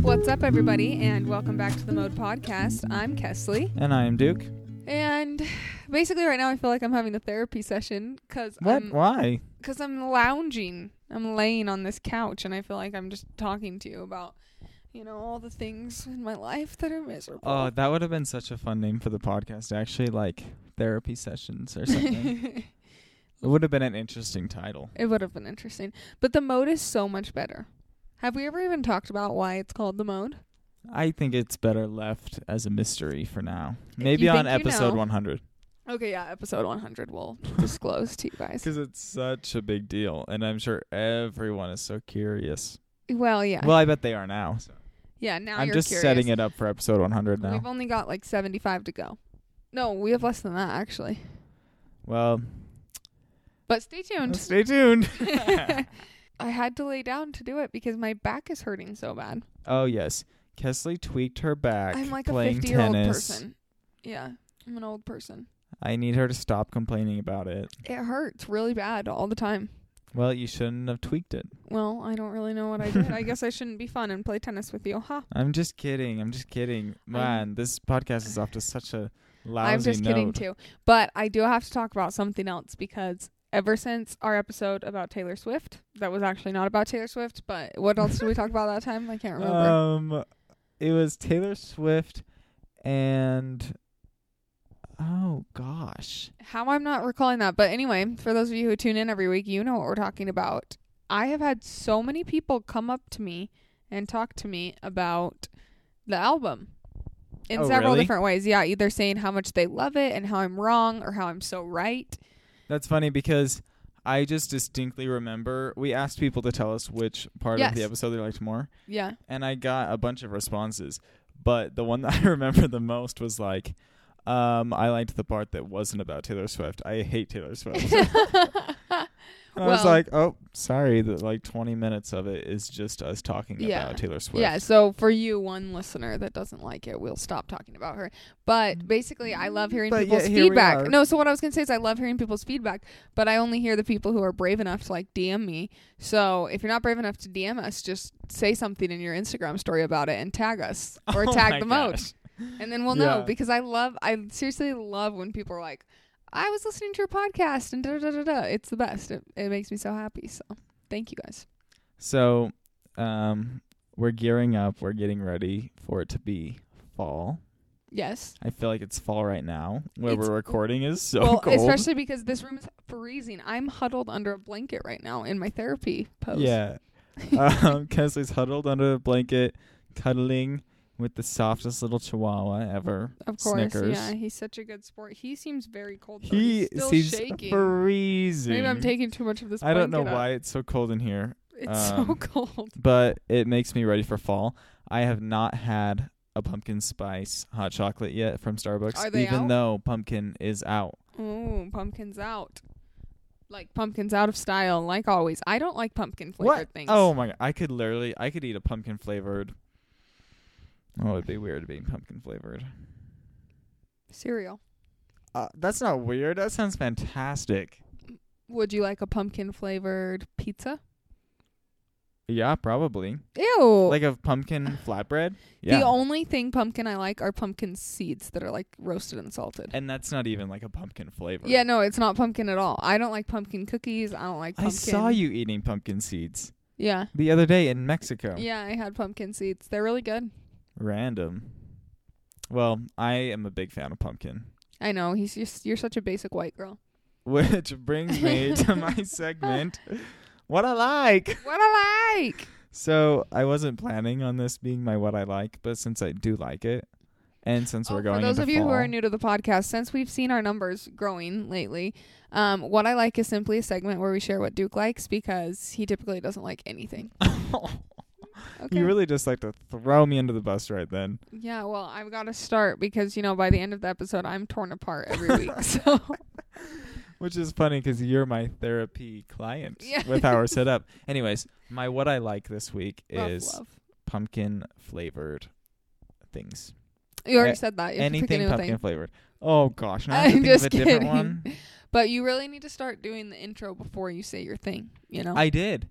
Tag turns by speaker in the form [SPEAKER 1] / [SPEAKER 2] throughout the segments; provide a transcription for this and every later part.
[SPEAKER 1] What's up, everybody, and welcome back to the Mode Podcast. I'm Kesley,
[SPEAKER 2] And I am Duke.
[SPEAKER 1] and basically, right now, I feel like I'm having a therapy session because
[SPEAKER 2] What?
[SPEAKER 1] I'm
[SPEAKER 2] Why?
[SPEAKER 1] because I'm lounging. I'm laying on this couch, and I feel like I'm just talking to you about, you know, all the things in my life that are miserable.
[SPEAKER 2] Oh, that would have been such a fun name for the podcast. Actually, like therapy sessions or something.
[SPEAKER 1] it
[SPEAKER 2] it would have been an interesting title.
[SPEAKER 1] would have been interesting, but the mode is so much better. Have we ever even talked about why it's called the mode?
[SPEAKER 2] I think it's better left as a mystery for now. Maybe
[SPEAKER 1] you
[SPEAKER 2] on
[SPEAKER 1] think you
[SPEAKER 2] episode
[SPEAKER 1] know.
[SPEAKER 2] 100
[SPEAKER 1] Okay, yeah, episode 100 will disclose to you guys.
[SPEAKER 2] because it's such a big deal, and I'm sure everyone is so curious.
[SPEAKER 1] Well, yeah,
[SPEAKER 2] Well, I bet they are now. So.
[SPEAKER 1] yeah. Now
[SPEAKER 2] I'm
[SPEAKER 1] you're
[SPEAKER 2] just
[SPEAKER 1] curious.
[SPEAKER 2] setting it up for episode 100 now.
[SPEAKER 1] We've only got like 75 to go. No, we have less than that actually.
[SPEAKER 2] well,
[SPEAKER 1] But stay tuned.
[SPEAKER 2] stay tuned.
[SPEAKER 1] I had to lay down to do it because my back is hurting so bad.
[SPEAKER 2] oh yes, Kesley tweaked her back.
[SPEAKER 1] I'm like a
[SPEAKER 2] playing
[SPEAKER 1] 50 year old
[SPEAKER 2] tennis.
[SPEAKER 1] person. Yeah, I'm an old person.
[SPEAKER 2] I need her to stop complaining about it.
[SPEAKER 1] It hurts really bad all the time.
[SPEAKER 2] Well, you shouldn't have tweaked it.
[SPEAKER 1] Well, I don't really know what I did. I guess I shouldn't be fun and play tennis with you, huh?
[SPEAKER 2] I'm just kidding. I'm just kidding. Man, this podcast is off to such a lousy
[SPEAKER 1] I'm just kidding
[SPEAKER 2] note.
[SPEAKER 1] too. But I do have to talk about something else because ever since our episode about Taylor Swift, that was actually not about Taylor Swift, but what else did we talk about that time? I can't remember.
[SPEAKER 2] Um, it was Taylor Swift and oh gosh,
[SPEAKER 1] How I'm not recalling that. But anyway, for those of you who tune in every week, you know what we're talking about. I have had so many people come up to me and talk to me about the album in
[SPEAKER 2] Oh,
[SPEAKER 1] several
[SPEAKER 2] really?
[SPEAKER 1] different ways. Yeah, either saying how much they love it and how I'm wrong or how I'm so right.
[SPEAKER 2] that's funny because I just distinctly remember we asked people to tell us which part of the
[SPEAKER 1] Yes.
[SPEAKER 2] episode they liked more,
[SPEAKER 1] Yeah.
[SPEAKER 2] and I got a bunch of responses. But the one that I remember the most was like, um, I liked the part that wasn't about Taylor Swift. I hate Taylor Swift. And I was
[SPEAKER 1] Well-
[SPEAKER 2] like, oh, sorry that like 20 minutes of it is just us talking
[SPEAKER 1] Yeah.
[SPEAKER 2] about Taylor Swift.
[SPEAKER 1] Yeah, so for you, one listener that doesn't like it, we'll stop talking about her. But basically, I love hearing
[SPEAKER 2] But
[SPEAKER 1] people's
[SPEAKER 2] yet here we
[SPEAKER 1] feedback.
[SPEAKER 2] are.
[SPEAKER 1] No, so what I was going to say is I love hearing people's feedback, but I only hear the people who are brave enough to like DM me. So if you're not brave enough to DM us, just say something in your Instagram story about it and tag us or
[SPEAKER 2] Oh
[SPEAKER 1] tag
[SPEAKER 2] my
[SPEAKER 1] the mode.
[SPEAKER 2] gosh.
[SPEAKER 1] And then we'll know
[SPEAKER 2] Yeah.
[SPEAKER 1] because I love, I seriously love when people are like, I was listening to your podcast and da da da da. da." It's the best. It, it makes me so happy. So thank you guys.
[SPEAKER 2] So um, we're gearing up. We're getting ready for it to be fall.
[SPEAKER 1] Yes.
[SPEAKER 2] I feel like it's fall right now. Where
[SPEAKER 1] It's-
[SPEAKER 2] we're recording is so
[SPEAKER 1] well,
[SPEAKER 2] cold.
[SPEAKER 1] especially because this room is freezing. I'm huddled under a blanket right now in my therapy pose.
[SPEAKER 2] yeah. um, Kesley's huddled under a blanket, cuddling with the softest little chihuahua ever.
[SPEAKER 1] of course.
[SPEAKER 2] Snickers.
[SPEAKER 1] Yeah, he's such a good sport. He seems very cold. Though.
[SPEAKER 2] He
[SPEAKER 1] he's still
[SPEAKER 2] seems
[SPEAKER 1] shaking.
[SPEAKER 2] freezing.
[SPEAKER 1] Maybe I'm taking too much of this.
[SPEAKER 2] I don't know
[SPEAKER 1] blanket up.
[SPEAKER 2] why it's so cold in here.
[SPEAKER 1] It's so
[SPEAKER 2] um,
[SPEAKER 1] cold.
[SPEAKER 2] but it makes me ready for fall. I have not had a pumpkin spice hot chocolate yet from Starbucks,
[SPEAKER 1] Are they
[SPEAKER 2] even
[SPEAKER 1] out?
[SPEAKER 2] though pumpkin is out.
[SPEAKER 1] Oh, pumpkins out. Like pumpkins out of style, like always. I don't like pumpkin flavored things.
[SPEAKER 2] Oh my god! I could literally, I could eat a pumpkin flavored. Oh, it'd be weird being pumpkin flavored.
[SPEAKER 1] cereal.
[SPEAKER 2] Uh, that's not weird. That sounds fantastic.
[SPEAKER 1] Would you like a pumpkin flavored pizza?
[SPEAKER 2] Yeah, probably.
[SPEAKER 1] Ew.
[SPEAKER 2] Like a pumpkin flatbread.
[SPEAKER 1] The
[SPEAKER 2] Yeah,
[SPEAKER 1] only thing pumpkin I like are pumpkin seeds that are like roasted and salted.
[SPEAKER 2] and that's not even like a pumpkin flavor.
[SPEAKER 1] Yeah, no, it's not pumpkin at all. I don't like pumpkin cookies. I don't like
[SPEAKER 2] I
[SPEAKER 1] pumpkin.
[SPEAKER 2] saw you eating pumpkin seeds
[SPEAKER 1] Yeah.
[SPEAKER 2] the other day in Mexico.
[SPEAKER 1] Yeah, I had pumpkin seeds. They're really good.
[SPEAKER 2] Random. Well, I am a big fan of pumpkin,
[SPEAKER 1] I know. He's just you're such a basic white girl.
[SPEAKER 2] which brings me to my segment, What I Like.
[SPEAKER 1] What I like.
[SPEAKER 2] So I wasn't planning on this being my What I Like, but since I do like it, and since we're going
[SPEAKER 1] Oh, for those
[SPEAKER 2] into
[SPEAKER 1] of you who are
[SPEAKER 2] fall-
[SPEAKER 1] new to the podcast, since we've seen our numbers growing lately, um, what I like is simply a segment where we share what Duke likes because he typically doesn't like anything. Okay.
[SPEAKER 2] you really just like to throw me under the bus right then.
[SPEAKER 1] yeah, well, I've got to start because you know by the end of the episode I'm torn apart every week. So
[SPEAKER 2] Which is funny because you're my therapy client
[SPEAKER 1] Yeah.
[SPEAKER 2] with our setup. Anyways, my what I like this week
[SPEAKER 1] rough
[SPEAKER 2] is
[SPEAKER 1] love.
[SPEAKER 2] pumpkin flavored things.
[SPEAKER 1] You already
[SPEAKER 2] A-
[SPEAKER 1] said that. You have to pick a
[SPEAKER 2] Anything
[SPEAKER 1] new
[SPEAKER 2] pumpkin
[SPEAKER 1] thing.
[SPEAKER 2] flavored. Oh gosh, now I
[SPEAKER 1] I'm
[SPEAKER 2] have to think of
[SPEAKER 1] just
[SPEAKER 2] a different
[SPEAKER 1] kidding.
[SPEAKER 2] one.
[SPEAKER 1] But you really need to start doing the intro before you say your thing, you know?
[SPEAKER 2] I did.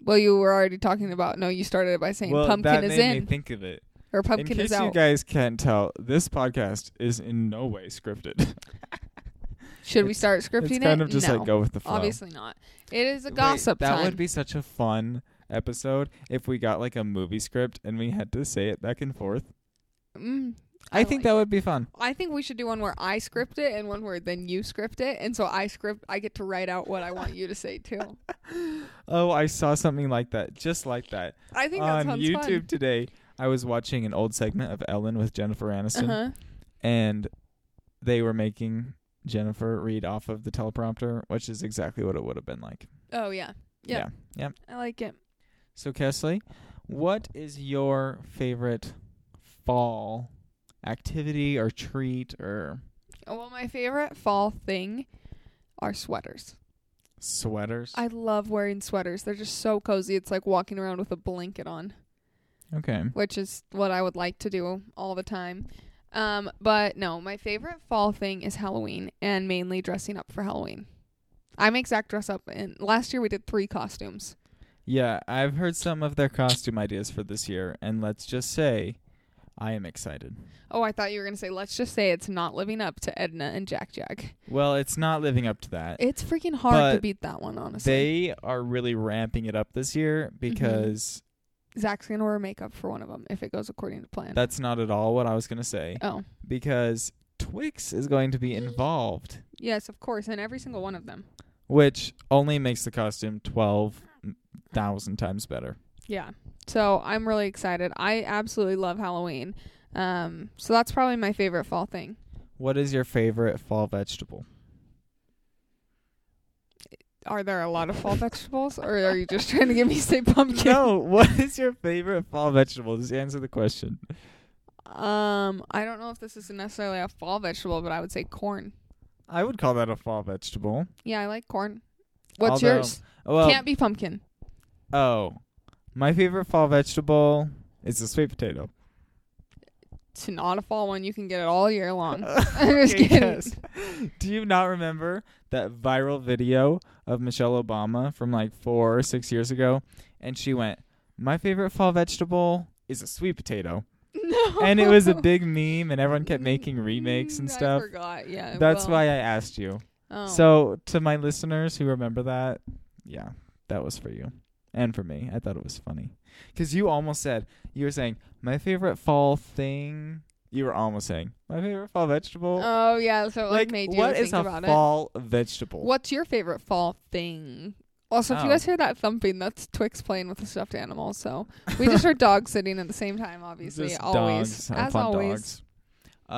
[SPEAKER 1] well, you were already talking about, no, you started it by saying
[SPEAKER 2] well,
[SPEAKER 1] pumpkin
[SPEAKER 2] that
[SPEAKER 1] is
[SPEAKER 2] made me
[SPEAKER 1] in
[SPEAKER 2] think of it.
[SPEAKER 1] or pumpkin
[SPEAKER 2] in case
[SPEAKER 1] is out.
[SPEAKER 2] you guys can't tell, this podcast is in no way scripted.
[SPEAKER 1] Should we
[SPEAKER 2] it's-
[SPEAKER 1] start scripting
[SPEAKER 2] it's kind
[SPEAKER 1] it?
[SPEAKER 2] of just
[SPEAKER 1] no.
[SPEAKER 2] like go with the flow.
[SPEAKER 1] Obviously not. It is a
[SPEAKER 2] Wait,
[SPEAKER 1] gossip
[SPEAKER 2] that
[SPEAKER 1] time.
[SPEAKER 2] would be such a fun episode if we got like a movie script and we had to say it back and forth.
[SPEAKER 1] mm,
[SPEAKER 2] I, think
[SPEAKER 1] like
[SPEAKER 2] that would be fun.
[SPEAKER 1] I think we should do one where I script it and one where then you script it, and so I script. I get to write out what I want you to say too.
[SPEAKER 2] Oh, I saw something like that, just like that
[SPEAKER 1] I think that
[SPEAKER 2] on
[SPEAKER 1] sounds
[SPEAKER 2] YouTube today. I was watching an old segment of Ellen with Jennifer Aniston,
[SPEAKER 1] fun. Uh-huh.
[SPEAKER 2] and they were making Jennifer read off of the teleprompter, which is exactly what it would have been like.
[SPEAKER 1] Oh yeah, Yeah.
[SPEAKER 2] yeah.
[SPEAKER 1] I like it.
[SPEAKER 2] So Kesley, what is your favorite fall activity or treat or
[SPEAKER 1] Well, my favorite fall thing are sweaters.
[SPEAKER 2] sweaters?
[SPEAKER 1] I love wearing sweaters. They're just so cozy. It's like walking around with a blanket on.
[SPEAKER 2] okay.
[SPEAKER 1] which is what I would like to do all the time. Um, but no, my favorite fall thing is Halloween and mainly dressing up for Halloween. I make Zach dress up, and last year we did three costumes.
[SPEAKER 2] Yeah, I've heard some of their costume ideas for this year, and let's just say I am excited.
[SPEAKER 1] Oh, I thought you were gonna say, let's just say it's not living up to Edna and Jack Jack.
[SPEAKER 2] Well, it's not living up to that.
[SPEAKER 1] It's freaking hard to
[SPEAKER 2] But
[SPEAKER 1] beat that one, honestly.
[SPEAKER 2] They are really ramping it up this year because
[SPEAKER 1] Zach's gonna wear makeup for one of them if it goes according to plan.
[SPEAKER 2] that's not at all what I was going to say.
[SPEAKER 1] oh,
[SPEAKER 2] Because Twix is going to be involved,
[SPEAKER 1] yes, of course, and every single one of them.
[SPEAKER 2] which only makes the costume 12,000 times better.
[SPEAKER 1] Yeah. So I'm really excited. I absolutely love Halloween. Um, so that's probably my favorite fall thing.
[SPEAKER 2] What is your favorite fall vegetable?
[SPEAKER 1] Are there a lot of fall vegetables, or are you just trying to get me to say pumpkin?
[SPEAKER 2] No, what is your favorite fall vegetable? Just answer the question.
[SPEAKER 1] Um, I don't know if this is necessarily a fall vegetable, but I would say corn.
[SPEAKER 2] I would call that a fall vegetable.
[SPEAKER 1] Yeah, I like corn. What's
[SPEAKER 2] Although- um,
[SPEAKER 1] yours?
[SPEAKER 2] Well,
[SPEAKER 1] Can't be pumpkin.
[SPEAKER 2] Oh, my favorite fall vegetable is the sweet potato.
[SPEAKER 1] It's not a fall one. You can get it all year long.
[SPEAKER 2] Uh,
[SPEAKER 1] I'm just
[SPEAKER 2] Okay,
[SPEAKER 1] kidding.
[SPEAKER 2] yes. Do you not remember that viral video of Michelle Obama from like four or six years ago? And she went, My favorite fall vegetable is a sweet potato.
[SPEAKER 1] No.
[SPEAKER 2] And it was a big meme, and everyone kept making remakes and
[SPEAKER 1] Mm, I
[SPEAKER 2] stuff.
[SPEAKER 1] forgot. Yeah.
[SPEAKER 2] That's
[SPEAKER 1] well,
[SPEAKER 2] why I asked you.
[SPEAKER 1] Oh.
[SPEAKER 2] So, to my listeners who remember that, yeah, that was for you and for me. I thought it was funny because you almost said you were saying my favorite fall thing. You were almost saying my favorite fall vegetable.
[SPEAKER 1] Oh yeah. So it, like, made you
[SPEAKER 2] what
[SPEAKER 1] think
[SPEAKER 2] is a
[SPEAKER 1] about it.
[SPEAKER 2] fall vegetable?
[SPEAKER 1] What's your favorite fall thing? Also, if you
[SPEAKER 2] Oh.
[SPEAKER 1] guys hear that thumping, that's Twix playing with a stuffed animal. So we just heard dogs sitting at the same time. Obviously,
[SPEAKER 2] Just
[SPEAKER 1] always
[SPEAKER 2] dogs, I
[SPEAKER 1] as
[SPEAKER 2] love
[SPEAKER 1] always.
[SPEAKER 2] dogs.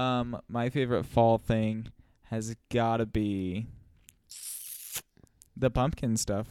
[SPEAKER 2] Um, my favorite fall thing has got to be the pumpkin stuff.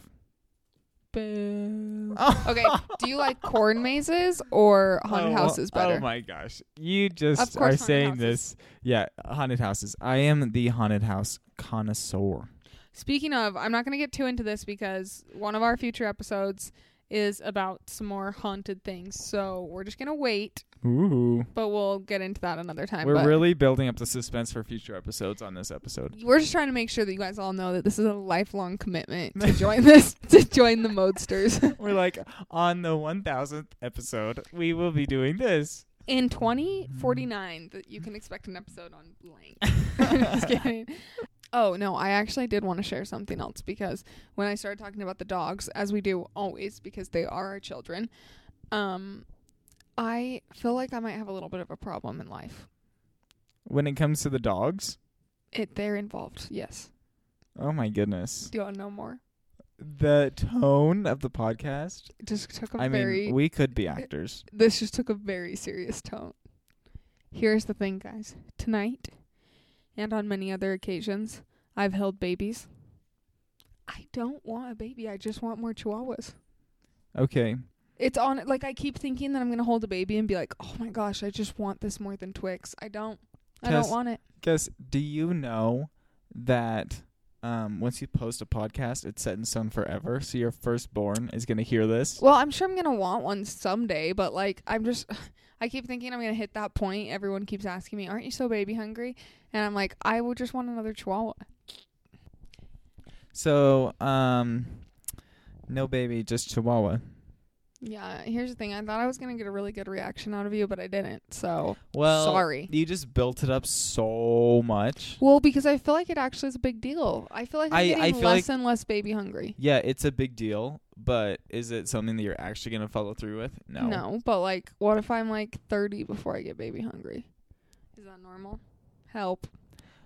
[SPEAKER 1] Boo.
[SPEAKER 2] Oh.
[SPEAKER 1] Okay, do you like corn mazes or haunted
[SPEAKER 2] Oh,
[SPEAKER 1] houses
[SPEAKER 2] well-
[SPEAKER 1] better?
[SPEAKER 2] Oh my gosh. You just
[SPEAKER 1] course
[SPEAKER 2] are
[SPEAKER 1] haunted
[SPEAKER 2] saying
[SPEAKER 1] houses.
[SPEAKER 2] this. Yeah, haunted houses. I am the haunted house connoisseur.
[SPEAKER 1] Speaking of, I'm not going to get too into this because one of our future episodes is about some more haunted things. So we're just going to wait,
[SPEAKER 2] Ooh.
[SPEAKER 1] but we'll get into that another time.
[SPEAKER 2] We're
[SPEAKER 1] but
[SPEAKER 2] really building up the suspense for future episodes on this episode.
[SPEAKER 1] we're just trying to make sure that you guys all know that this is a lifelong commitment to join this to join the Modesters.
[SPEAKER 2] We're like on the 1000th episode, we will be doing this.
[SPEAKER 1] in 2049 that you can expect an episode on blank. Just kidding. Oh no, I actually did want to share something else because when I started talking about the dogs, as we do always because they are our children, um I feel like I might have a little bit of a problem in life.
[SPEAKER 2] When it comes to the dogs,
[SPEAKER 1] It they're involved. Yes.
[SPEAKER 2] oh my goodness.
[SPEAKER 1] Do you want to know more?
[SPEAKER 2] The tone of the podcast.
[SPEAKER 1] It just took a
[SPEAKER 2] I
[SPEAKER 1] very
[SPEAKER 2] mean, we could be actors.
[SPEAKER 1] this just took a very serious tone. Here's the thing, guys. Tonight, and on many other occasions, I've held babies. I don't want a baby. I just want more chihuahuas.
[SPEAKER 2] Okay.
[SPEAKER 1] It's on like I keep thinking that I'm going to hold a baby and be like, "Oh my gosh, I just want this more than Twix." I don't. I don't
[SPEAKER 2] Tess,
[SPEAKER 1] want it.
[SPEAKER 2] Guess, do you know that um, once you post a podcast, it's set in stone forever? So your firstborn is going to hear this?
[SPEAKER 1] Well, I'm sure I'm going to want one someday, but like I'm just I keep thinking I'm going to hit that point. Everyone keeps asking me, "Aren't you so baby hungry?" And I'm like, "I would just want another chihuahua."
[SPEAKER 2] So, um, no baby, just Chihuahua.
[SPEAKER 1] Yeah, here's the thing. I thought I was gonna get a really good reaction out of you, but I didn't. So
[SPEAKER 2] Well,
[SPEAKER 1] sorry.
[SPEAKER 2] You just built it up so much.
[SPEAKER 1] Well, because I feel like it actually is a big deal. I feel like I'm
[SPEAKER 2] I-
[SPEAKER 1] getting
[SPEAKER 2] I feel
[SPEAKER 1] less
[SPEAKER 2] like-
[SPEAKER 1] and less baby hungry.
[SPEAKER 2] Yeah, it's a big deal, but is it something that you're actually gonna follow through with? No.
[SPEAKER 1] but like, what if I'm like 30 before I get baby hungry? Is that normal? Help.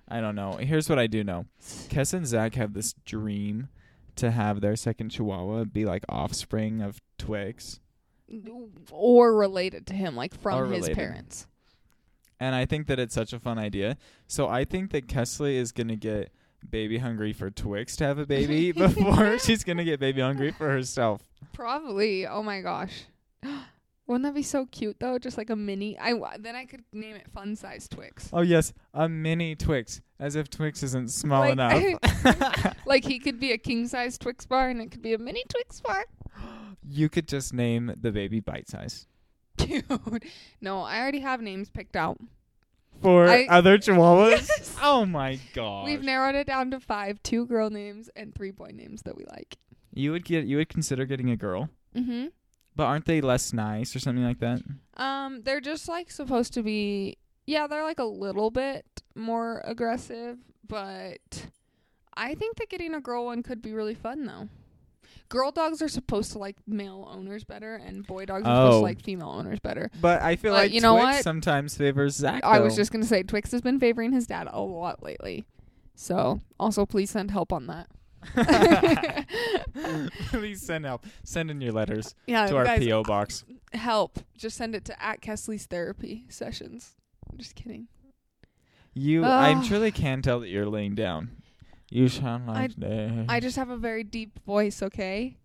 [SPEAKER 2] I don't know. Here's what I do know. Kess and Zach have this dream to have their second Chihuahua be like offspring of Twix.
[SPEAKER 1] Or related to him, like from
[SPEAKER 2] Or
[SPEAKER 1] his
[SPEAKER 2] related.
[SPEAKER 1] parents.
[SPEAKER 2] And I think that it's such a fun idea. So I think that Kesley is gonna get baby hungry for Twix to have a baby before she's gonna get baby hungry for herself.
[SPEAKER 1] Probably. Oh my gosh. Wouldn't that be so cute though? Just like a mini. I w- then I could name it fun size Twix.
[SPEAKER 2] Oh yes, a mini Twix. As if Twix isn't small
[SPEAKER 1] Like-
[SPEAKER 2] enough.
[SPEAKER 1] Like he could be a king size Twix bar and it could be a mini Twix bar.
[SPEAKER 2] you could just name the baby bite size.
[SPEAKER 1] Dude, no, I already have names picked out.
[SPEAKER 2] For
[SPEAKER 1] I-
[SPEAKER 2] other chihuahuas? Oh my god.
[SPEAKER 1] We've narrowed it down to five: two girl names and three boy names that we like.
[SPEAKER 2] you would get you would consider getting a girl.
[SPEAKER 1] Mm-hmm.
[SPEAKER 2] But aren't they less nice or something like that?
[SPEAKER 1] Um, they're just like supposed to be. Yeah, they're like a little bit more aggressive, but I think that getting a girl one could be really fun though. Girl dogs are supposed to like male owners better, and boy dogs are supposed
[SPEAKER 2] Oh.
[SPEAKER 1] to like female owners better.
[SPEAKER 2] But I feel
[SPEAKER 1] But
[SPEAKER 2] like
[SPEAKER 1] you know
[SPEAKER 2] Twix
[SPEAKER 1] what?
[SPEAKER 2] sometimes favors Zach.
[SPEAKER 1] I was
[SPEAKER 2] though.
[SPEAKER 1] just gonna say Twix has been favoring his dad a lot lately, so also please send help on that.
[SPEAKER 2] Please send help. Send in your letters
[SPEAKER 1] Yeah,
[SPEAKER 2] to our
[SPEAKER 1] guys,
[SPEAKER 2] PO box.
[SPEAKER 1] help. Just send it to at Kesley's therapy sessions. Just kidding.
[SPEAKER 2] You, I
[SPEAKER 1] Ugh.
[SPEAKER 2] truly can tell that you're laying down. You sound like that.
[SPEAKER 1] I just have a very deep voice, okay?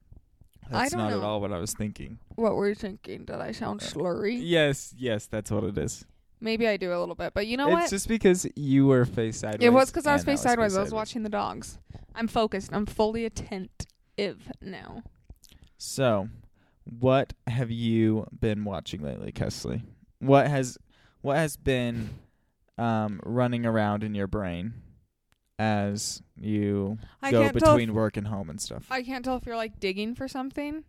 [SPEAKER 1] I
[SPEAKER 2] That's
[SPEAKER 1] don't
[SPEAKER 2] not at
[SPEAKER 1] know.
[SPEAKER 2] all what I was thinking.
[SPEAKER 1] What were you thinking? Did I sound
[SPEAKER 2] Uh,
[SPEAKER 1] slurry?
[SPEAKER 2] Yes, yes, that's what it is.
[SPEAKER 1] Maybe I do a little bit, but you know
[SPEAKER 2] it's
[SPEAKER 1] what?
[SPEAKER 2] just because you were face sideways.
[SPEAKER 1] it was because I was
[SPEAKER 2] and
[SPEAKER 1] face sideways. I was watching the dogs. I'm focused. I'm fully attentive now.
[SPEAKER 2] So, what have you been watching lately, Kesley? What has what has been um, running around in your brain as you
[SPEAKER 1] I
[SPEAKER 2] go
[SPEAKER 1] can't tell.
[SPEAKER 2] between
[SPEAKER 1] If,
[SPEAKER 2] work and home and stuff?
[SPEAKER 1] I can't tell if you're like digging for something.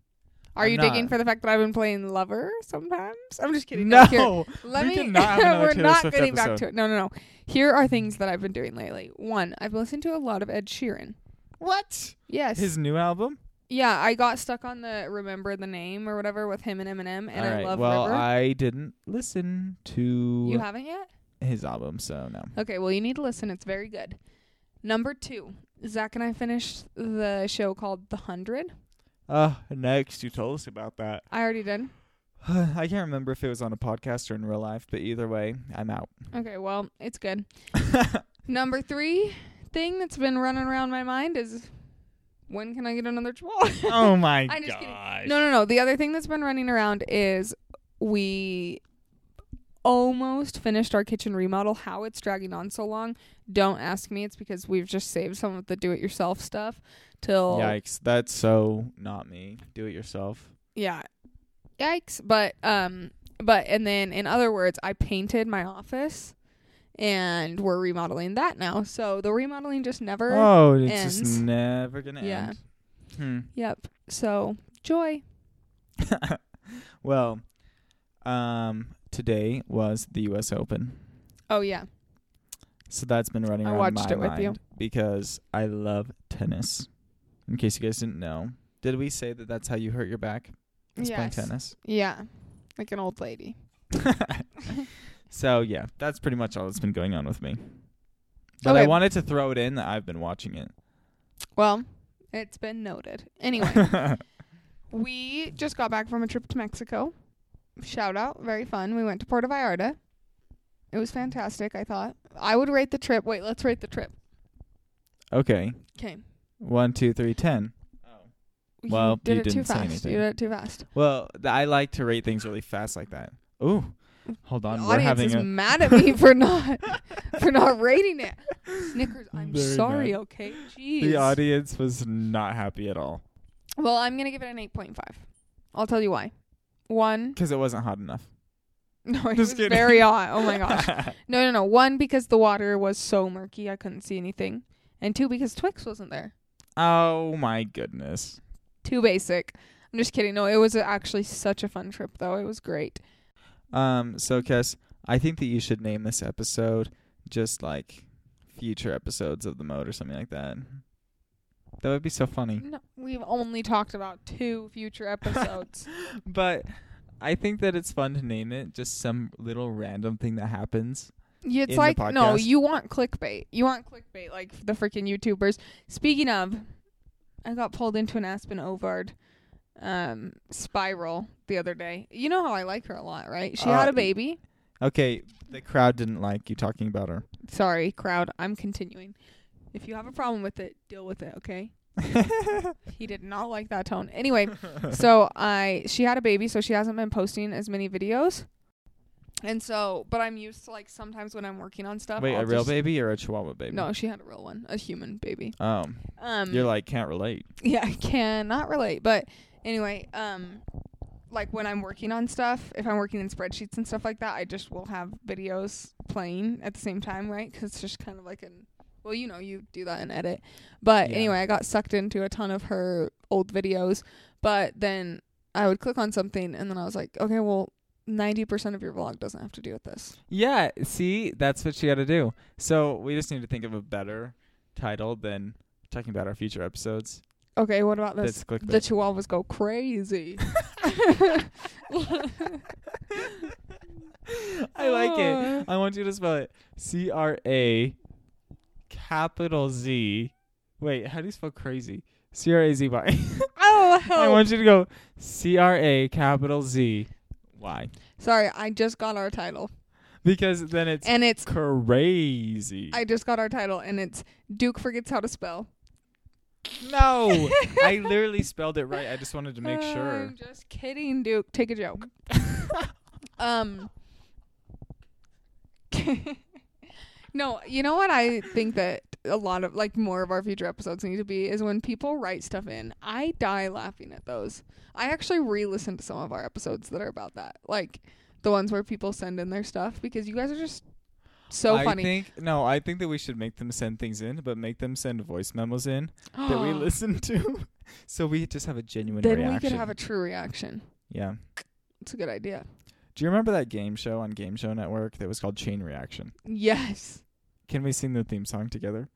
[SPEAKER 1] Are
[SPEAKER 2] I'm
[SPEAKER 1] you digging
[SPEAKER 2] not.
[SPEAKER 1] for the fact that I've been playing Lover sometimes? I'm just kidding.
[SPEAKER 2] no,
[SPEAKER 1] here- Let
[SPEAKER 2] We
[SPEAKER 1] me.
[SPEAKER 2] cannot have another
[SPEAKER 1] we're
[SPEAKER 2] Taylor
[SPEAKER 1] not
[SPEAKER 2] Swift
[SPEAKER 1] getting back
[SPEAKER 2] episode.
[SPEAKER 1] to it. No, no, no. Here are things that I've been doing lately. One, I've listened to a lot of Ed Sheeran.
[SPEAKER 2] what?
[SPEAKER 1] Yes.
[SPEAKER 2] His new album.
[SPEAKER 1] yeah, I got stuck on the "Remember the Name" or whatever with him and Eminem, and
[SPEAKER 2] all
[SPEAKER 1] I
[SPEAKER 2] right.
[SPEAKER 1] love
[SPEAKER 2] well,
[SPEAKER 1] River.
[SPEAKER 2] I didn't listen
[SPEAKER 1] you
[SPEAKER 2] to
[SPEAKER 1] haven't yet.
[SPEAKER 2] his album, so no.
[SPEAKER 1] Okay, well, you need to listen. It's very good. Number two, Zach and I finished the show called The Hundred.
[SPEAKER 2] Uh, next you told us about that.
[SPEAKER 1] I already did.
[SPEAKER 2] I can't remember if it was on a podcast or in real life, but either way, I'm out.
[SPEAKER 1] Okay, well, it's good. Number three thing that's been running around my mind is when can I get another chihuahua?
[SPEAKER 2] oh my
[SPEAKER 1] I'm
[SPEAKER 2] god!
[SPEAKER 1] just kidding. No, no, no. The other thing that's been running around is we almost finished our kitchen remodel. How it's dragging on so long, don't ask me. It's because we've just saved some of the do it yourself stuff till
[SPEAKER 2] Yikes, that's so not me. Do it yourself.
[SPEAKER 1] yeah. Yikes. But um but and then in other words, I painted my office and we're remodeling that now. So the remodeling just never
[SPEAKER 2] Oh, it's
[SPEAKER 1] ends.
[SPEAKER 2] just never gonna
[SPEAKER 1] Yeah.
[SPEAKER 2] end.
[SPEAKER 1] Yep. So joy.
[SPEAKER 2] Hmm. well, um, today was the U.S. Open,
[SPEAKER 1] Oh yeah.
[SPEAKER 2] so that's been running
[SPEAKER 1] I
[SPEAKER 2] around
[SPEAKER 1] watched
[SPEAKER 2] my
[SPEAKER 1] it with you.
[SPEAKER 2] mind because I love tennis. In case you guys didn't know, did we say that that's how you hurt your back? Is playing
[SPEAKER 1] Yes.
[SPEAKER 2] tennis.
[SPEAKER 1] Yeah. Like an old lady.
[SPEAKER 2] so yeah, that's pretty much all that's been going on with me. But I
[SPEAKER 1] Okay.
[SPEAKER 2] wanted to throw it in that I've been watching it.
[SPEAKER 1] Well, it's been noted. Anyway, we just got back from a trip to Mexico. Shout out, very fun. We went to Puerto Vallarta. It was fantastic, I thought. I would rate the trip. Wait, let's rate the trip.
[SPEAKER 2] okay,
[SPEAKER 1] Okay.
[SPEAKER 2] one, two, three, ten. Well,
[SPEAKER 1] did
[SPEAKER 2] you
[SPEAKER 1] it too
[SPEAKER 2] didn't say
[SPEAKER 1] fast.
[SPEAKER 2] anything.
[SPEAKER 1] You did it too fast.
[SPEAKER 2] Well, th- I like to rate things really fast like that. Ooh, hold on,
[SPEAKER 1] the
[SPEAKER 2] we're
[SPEAKER 1] audience
[SPEAKER 2] having
[SPEAKER 1] is
[SPEAKER 2] a
[SPEAKER 1] mad at me for not for not rating it. Snickers, I'm
[SPEAKER 2] Very
[SPEAKER 1] sorry,
[SPEAKER 2] mad.
[SPEAKER 1] okay? Jeez.
[SPEAKER 2] the audience was not happy at all
[SPEAKER 1] Well, I'm gonna give it an eight point five. I'll tell you why. One,
[SPEAKER 2] because it wasn't hot enough.
[SPEAKER 1] no, it was
[SPEAKER 2] Just kidding.
[SPEAKER 1] very hot. Oh my gosh. No, no, no. One because the water was so murky I couldn't see anything, and two because Twix wasn't there.
[SPEAKER 2] Oh my goodness.
[SPEAKER 1] Too basic. I'm just kidding. No, it was actually such a fun trip though. It was great.
[SPEAKER 2] Um, so Kes, I think that you should name this episode just like future episodes of the mode or something like that. That would be so funny.
[SPEAKER 1] No, we've only talked about two future episodes.
[SPEAKER 2] But I think that it's fun to name it just some little random thing that happens.
[SPEAKER 1] Yeah,
[SPEAKER 2] In
[SPEAKER 1] it's
[SPEAKER 2] the
[SPEAKER 1] like no,
[SPEAKER 2] podcast.
[SPEAKER 1] you want clickbait. You want clickbait like the freaking YouTubers. Speaking of, I got pulled into an Aspen Ovard um spiral the other day. You know how I like her a lot, right? She
[SPEAKER 2] Uh,
[SPEAKER 1] had a baby.
[SPEAKER 2] Okay, the crowd didn't like you talking about her.
[SPEAKER 1] Sorry, crowd. I'm continuing. If you have a problem with it, deal with it, okay? He did not like that tone. Anyway, so I she had a baby, so she hasn't been posting as many videos. And so, but I'm used to like sometimes when I'm working on stuff.
[SPEAKER 2] Wait,
[SPEAKER 1] I'll
[SPEAKER 2] a real
[SPEAKER 1] just-
[SPEAKER 2] baby or a chihuahua baby?
[SPEAKER 1] No, she had a real one, a human baby.
[SPEAKER 2] Um,
[SPEAKER 1] Um,
[SPEAKER 2] you're like can't relate.
[SPEAKER 1] yeah, I cannot relate. But anyway, um, like when I'm working on stuff, if I'm working in spreadsheets and stuff like that, I just will have videos playing at the same time, right? 'Cause it's just kind of like an well, you know, you do that in edit. But
[SPEAKER 2] Yeah.
[SPEAKER 1] anyway, I got sucked into a ton of her old videos. But then I would click on something, and then I was like, okay, well, ninety percent of your vlog doesn't have to do with this.
[SPEAKER 2] Yeah, see, that's what you got to do. So we just need to think of a better title than talking about our future episodes.
[SPEAKER 1] Okay, what about this?
[SPEAKER 2] That's clickbait.
[SPEAKER 1] The chihuahuas go crazy.
[SPEAKER 2] I like
[SPEAKER 1] Uh.
[SPEAKER 2] it. I want you to spell it C R A capital Z. Wait, how do you spell crazy? C R A Z Y.
[SPEAKER 1] oh,
[SPEAKER 2] I
[SPEAKER 1] hell.
[SPEAKER 2] want you to go C R A capital Z Y
[SPEAKER 1] Sorry, I just got our title.
[SPEAKER 2] because then it's
[SPEAKER 1] And it's
[SPEAKER 2] crazy.
[SPEAKER 1] I just got our title and it's Duke forgets how to spell.
[SPEAKER 2] no, I literally spelled it right. I just wanted to make sure.
[SPEAKER 1] I'm just kidding, Duke. Take a joke. um No, you know what I think that a lot of like more of our future episodes need to be is when people write stuff in. I die laughing at those. I actually re-listen to some of our episodes that are about that. Like the ones where people send in their stuff because you guys are just so
[SPEAKER 2] I
[SPEAKER 1] funny.
[SPEAKER 2] think no, I think that we should make them send things in, but make them send voice memos in that we listen to, so we just have a genuine
[SPEAKER 1] then
[SPEAKER 2] reaction.
[SPEAKER 1] we could have a true reaction.
[SPEAKER 2] yeah.
[SPEAKER 1] It's a good idea.
[SPEAKER 2] Do you remember that game show on Game Show Network that was called Chain Reaction?
[SPEAKER 1] Yes.
[SPEAKER 2] Can we sing the theme song together?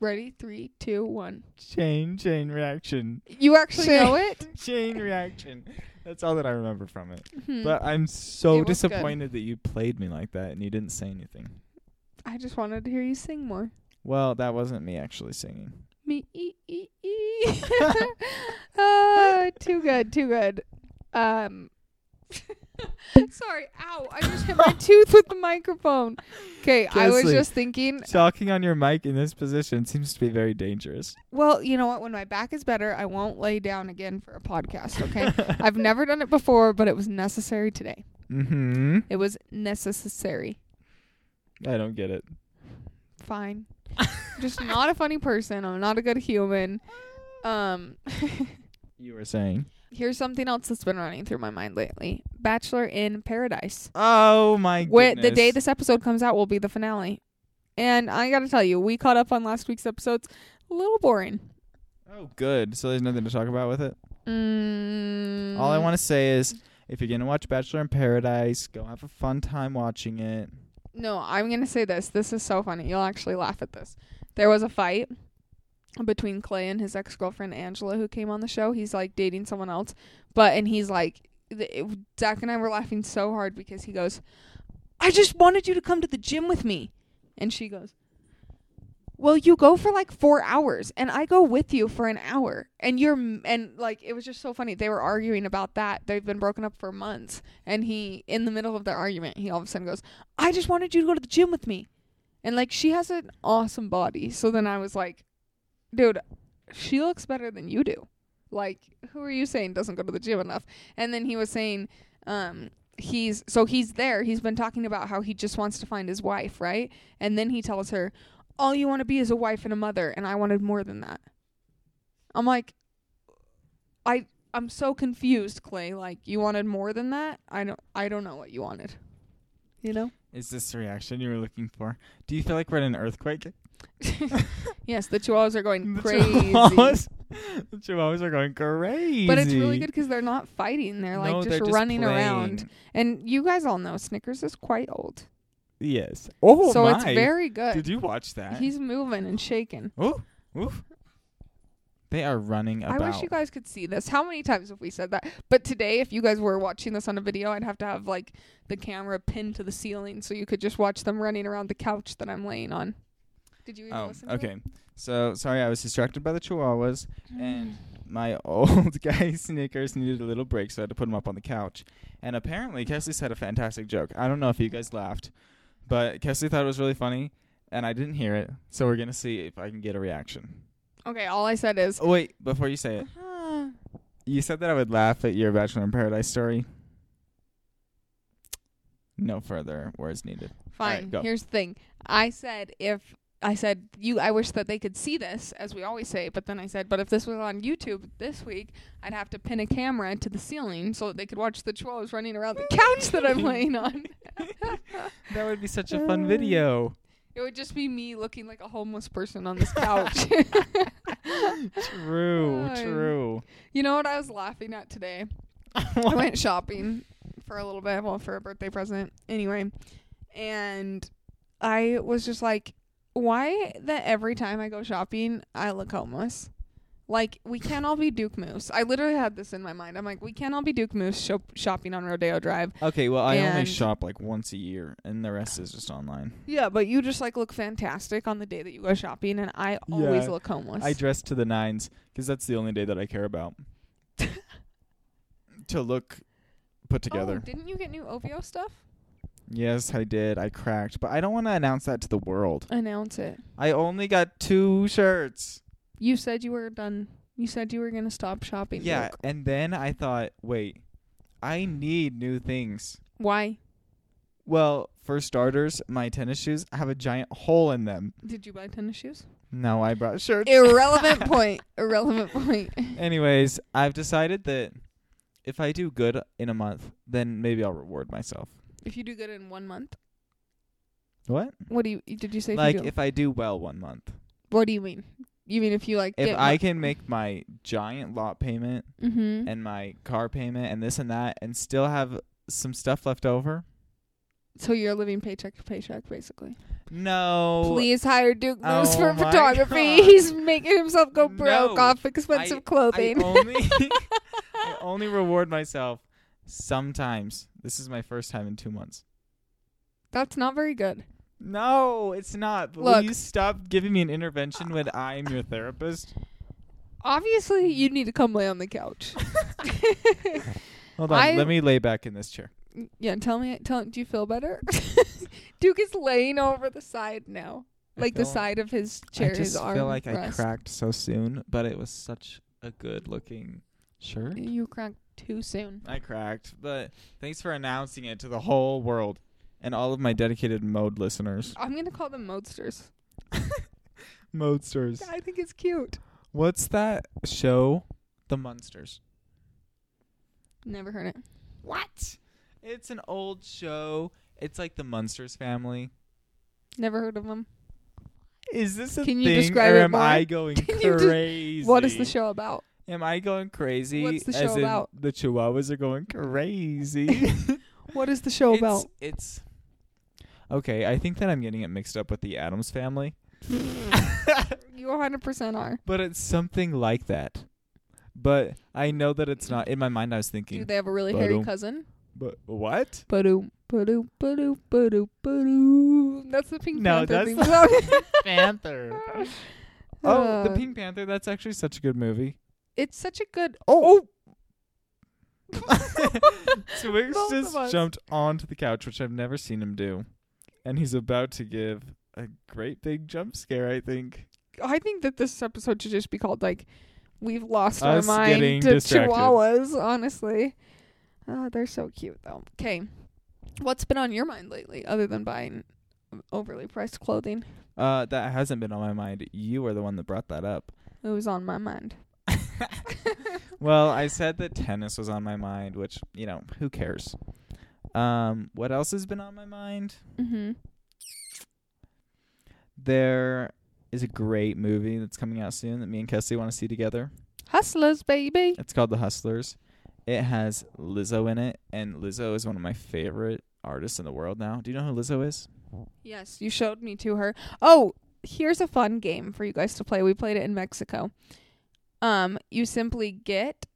[SPEAKER 1] Ready? Three, two, one.
[SPEAKER 2] Chain, chain reaction,
[SPEAKER 1] You actually
[SPEAKER 2] Shit.
[SPEAKER 1] know it?
[SPEAKER 2] chain reaction. That's all that I remember from it.
[SPEAKER 1] Hmm.
[SPEAKER 2] But I'm so
[SPEAKER 1] It was good.
[SPEAKER 2] disappointed that you played me like that and you didn't say anything.
[SPEAKER 1] I just wanted to hear you sing more.
[SPEAKER 2] Well, that wasn't me actually singing.
[SPEAKER 1] Me e e e. Ah, too good, too good. Um, sorry. Ow! I just hit my tooth with the microphone. Okay, I was
[SPEAKER 2] Kesley.
[SPEAKER 1] just thinking.
[SPEAKER 2] Talking on your mic in this position seems to be very dangerous.
[SPEAKER 1] Well, you know what? When my back is better, I won't lay down again for a podcast. Okay. I've never done it before, but it was necessary today.
[SPEAKER 2] mm-hmm.
[SPEAKER 1] It was necessary.
[SPEAKER 2] I don't get it.
[SPEAKER 1] fine. just not a funny person. I'm not a good human. Um
[SPEAKER 2] You were saying.
[SPEAKER 1] here's something else that's been running through my mind lately. Bachelor in Paradise.
[SPEAKER 2] Oh my
[SPEAKER 1] Where the
[SPEAKER 2] goodness.
[SPEAKER 1] day this episode comes out will be the finale. And I got to tell you, we caught up on last week's episodes. A little boring.
[SPEAKER 2] Oh good. So there's nothing to talk about with it?
[SPEAKER 1] Mm,
[SPEAKER 2] All I want to say is if you're going to watch Bachelor in Paradise, go have a fun time watching it.
[SPEAKER 1] No, I'm going to say this. This is so funny. You'll actually laugh at this. There was a fight between Clay and his ex girlfriend Angela, who came on the show. He's like dating someone else, but and he's like, th- it, Zach and I were laughing so hard because he goes, "I just wanted you to come to the gym with me," and she goes. Well, you go for like four hours, and I go with you for an hour, and you're m- and like it was just so funny. They were arguing about that. They've been broken up for months, and he, in the middle of their argument, he all of a sudden goes, I just wanted you to go to the gym with me. And like she has an awesome body. So then I was like, dude, she looks better than you do. Like, who are you saying doesn't go to the gym enough? And then he was saying, um, he's so he's there. He's been talking about how he just wants to find his wife, right? And then he tells her, All you want to be is a wife and a mother, and I wanted more than that. I'm like I I'm so confused, Clay. Like, you wanted more than that? I don't I don't know what you wanted. You know?
[SPEAKER 2] Is this the reaction you were looking for? Do you feel like we're in an earthquake?
[SPEAKER 1] yes, the chihuahuas are going
[SPEAKER 2] The
[SPEAKER 1] crazy.
[SPEAKER 2] Chihuahuas, the chihuahuas are going crazy.
[SPEAKER 1] But it's really good because they're not fighting; they're like
[SPEAKER 2] No,
[SPEAKER 1] just,
[SPEAKER 2] they're
[SPEAKER 1] running around.
[SPEAKER 2] playing.
[SPEAKER 1] And you guys all know Snickers is quite old,
[SPEAKER 2] Yes. Oh
[SPEAKER 1] so
[SPEAKER 2] my!
[SPEAKER 1] it's very good.
[SPEAKER 2] Did you watch that?
[SPEAKER 1] He's moving and shaking.
[SPEAKER 2] Ooh, oof. They are running about.
[SPEAKER 1] I wish you guys could see this. How many times have we said that? But today, if you guys were watching this on a video, I'd have to have like the camera pinned to the ceiling so you could just watch them running around the couch that I'm laying on. Did you even
[SPEAKER 2] Oh,
[SPEAKER 1] listen?
[SPEAKER 2] okay. So sorry, I was distracted by the chihuahuas, and my old guy Snickers needed a little break, so I had to put him up on the couch. And apparently, Kesley said a fantastic joke. I don't know if you guys laughed, but Kesley thought it was really funny, and I didn't hear it. So we're gonna see if I can get a reaction.
[SPEAKER 1] To it? Okay. All I said is.
[SPEAKER 2] Oh wait, before you say it,
[SPEAKER 1] "Ah."
[SPEAKER 2] you said that I would laugh at your Bachelor in Paradise story. No further words needed. right,
[SPEAKER 1] Fine.
[SPEAKER 2] go.
[SPEAKER 1] Here's the thing. I said if I said you I wish that they could see this as we always say, but then I said but if this was on YouTube this week, I'd have to pin a camera to the ceiling so that they could watch the chihuahuas running around the couch that I'm laying on.
[SPEAKER 2] That would be such
[SPEAKER 1] a
[SPEAKER 2] a
[SPEAKER 1] fun
[SPEAKER 2] fun video.
[SPEAKER 1] It would just be me looking like a homeless person on this couch.
[SPEAKER 2] True,
[SPEAKER 1] Fine.
[SPEAKER 2] true.
[SPEAKER 1] you know what I was laughing at today? I went shopping for a little bit, well, for a birthday present anyway. And I was just like, why that every time I go shopping, I look homeless? Like, we can't all be Duke Moose. I literally had this in my mind. I'm like, we can't all be Duke Moose shop- shopping on Rodeo Drive.
[SPEAKER 2] Okay, well, I only
[SPEAKER 1] And-
[SPEAKER 2] shop like once a year, and the rest is just online.
[SPEAKER 1] Yeah, but you just like look fantastic on the day that you go shopping, and I always
[SPEAKER 2] Yeah.
[SPEAKER 1] look homeless.
[SPEAKER 2] I dress to the nines because that's the only day that I care about. to look put
[SPEAKER 1] Oh,
[SPEAKER 2] together.
[SPEAKER 1] didn't you get new OVO stuff?
[SPEAKER 2] yes, I did. I cracked, but I don't want to announce that to the world.
[SPEAKER 1] Announce it.
[SPEAKER 2] I only got two shirts.
[SPEAKER 1] You said you were done. You said you were gonna stop shopping.
[SPEAKER 2] Yeah,
[SPEAKER 1] Luke.
[SPEAKER 2] and then I thought, wait, I need new things.
[SPEAKER 1] Why
[SPEAKER 2] Well, for starters, my tennis shoes have a giant hole in them.
[SPEAKER 1] did you buy tennis shoes?
[SPEAKER 2] No, I brought shirts.
[SPEAKER 1] Irrelevant point. Irrelevant point.
[SPEAKER 2] Anyways, I've decided that if I do good in a month, then maybe I'll reward myself.
[SPEAKER 1] If you do good in one month,
[SPEAKER 2] What?
[SPEAKER 1] what do you did you say? if,
[SPEAKER 2] like
[SPEAKER 1] you do,
[SPEAKER 2] if I do well one month.
[SPEAKER 1] what do you mean? You mean if you like?
[SPEAKER 2] If
[SPEAKER 1] get
[SPEAKER 2] I can make my giant lot payment
[SPEAKER 1] mm-hmm.
[SPEAKER 2] and my car payment and this and that and still have some stuff left over?
[SPEAKER 1] so you're living paycheck to paycheck, basically.
[SPEAKER 2] No.
[SPEAKER 1] Please hire Duke Moose
[SPEAKER 2] Oh
[SPEAKER 1] for
[SPEAKER 2] my
[SPEAKER 1] photography.
[SPEAKER 2] God.
[SPEAKER 1] He's making himself go broke
[SPEAKER 2] No.
[SPEAKER 1] off expensive
[SPEAKER 2] I- I
[SPEAKER 1] clothing.
[SPEAKER 2] only I only reward myself sometimes. This is my first time in 2 months.
[SPEAKER 1] That's not very good.
[SPEAKER 2] No, it's not. But
[SPEAKER 1] Look.
[SPEAKER 2] Will you stop giving me an intervention when I'm your therapist?
[SPEAKER 1] Obviously, you need to come lay on the couch.
[SPEAKER 2] Hold on,
[SPEAKER 1] I-
[SPEAKER 2] let me lay back in this chair.
[SPEAKER 1] Yeah, tell me. Tell. Do you feel better? Duke is laying over the side now,
[SPEAKER 2] I
[SPEAKER 1] like the
[SPEAKER 2] feel-
[SPEAKER 1] side of his chair.
[SPEAKER 2] I
[SPEAKER 1] his
[SPEAKER 2] just
[SPEAKER 1] arm
[SPEAKER 2] feel like
[SPEAKER 1] rest.
[SPEAKER 2] I cracked so soon, but it was such a good looking shirt.
[SPEAKER 1] You cracked too soon.
[SPEAKER 2] I cracked, but thanks for announcing it to the whole world and all of my dedicated mode listeners.
[SPEAKER 1] I'm gonna call them modesters.
[SPEAKER 2] Modesters.
[SPEAKER 1] I think it's cute.
[SPEAKER 2] What's that show? The Munsters.
[SPEAKER 1] Never heard it.
[SPEAKER 2] What? It's an old show. It's like the Munsters family.
[SPEAKER 1] Never heard of them.
[SPEAKER 2] Is this a
[SPEAKER 1] Can you
[SPEAKER 2] thing
[SPEAKER 1] describe
[SPEAKER 2] or
[SPEAKER 1] it
[SPEAKER 2] am
[SPEAKER 1] more?
[SPEAKER 2] I going
[SPEAKER 1] Can you des-
[SPEAKER 2] crazy?
[SPEAKER 1] What is the show about?
[SPEAKER 2] Am I going crazy?
[SPEAKER 1] What's the
[SPEAKER 2] as
[SPEAKER 1] show
[SPEAKER 2] in
[SPEAKER 1] about?
[SPEAKER 2] The Chihuahuas are going crazy.
[SPEAKER 1] What is the show about?
[SPEAKER 2] It's, okay. I think that I'm getting it mixed up with the Adams Family,
[SPEAKER 1] You 100% are.
[SPEAKER 2] but it's something like that. But I know that it's not. In my mind, I was
[SPEAKER 1] Do
[SPEAKER 2] thinking,
[SPEAKER 1] they have a really hairy
[SPEAKER 2] Ba-dum.
[SPEAKER 1] cousin?
[SPEAKER 2] but what?
[SPEAKER 1] Ba-doom, ba-doom, ba-doom, ba-doom, ba-doom. That's the Pink
[SPEAKER 2] No,
[SPEAKER 1] Panther
[SPEAKER 2] that's
[SPEAKER 1] theme
[SPEAKER 2] the
[SPEAKER 1] song.
[SPEAKER 2] Panther. Oh, the
[SPEAKER 1] Uh,
[SPEAKER 2] Pink Panther. That's actually such a good movie.
[SPEAKER 1] It's such a good. Oh.
[SPEAKER 2] Oh. Twix
[SPEAKER 1] Both of us.
[SPEAKER 2] just jumped onto the couch, which I've never seen him do, and he's about to give a great big jump scare. I think.
[SPEAKER 1] I think that this episode should just be called like "We've Lost
[SPEAKER 2] Us
[SPEAKER 1] Our
[SPEAKER 2] getting
[SPEAKER 1] Mind" to
[SPEAKER 2] distracted.
[SPEAKER 1] Chihuahuas. Honestly, uh, they're so cute though. Okay, what's been on your mind lately, other than buying overly priced clothing?
[SPEAKER 2] Uh, that hasn't been on my mind. You are the one that brought that up.
[SPEAKER 1] It was on my mind.
[SPEAKER 2] Well, I said that tennis was on my mind, which you know, who cares? Um, what else has been on my mind?
[SPEAKER 1] mm-hmm.
[SPEAKER 2] There is a great movie that's coming out soon that me and Kelsey want to see together.
[SPEAKER 1] Hustlers, baby.
[SPEAKER 2] It's called The Hustlers. It has Lizzo in it, and Lizzo is one of my favorite artists in the world now. Do you know who Lizzo is?
[SPEAKER 1] Yes, you showed me to her. Oh, here's a fun game for you guys to play. We played it in Mexico. Um, you simply get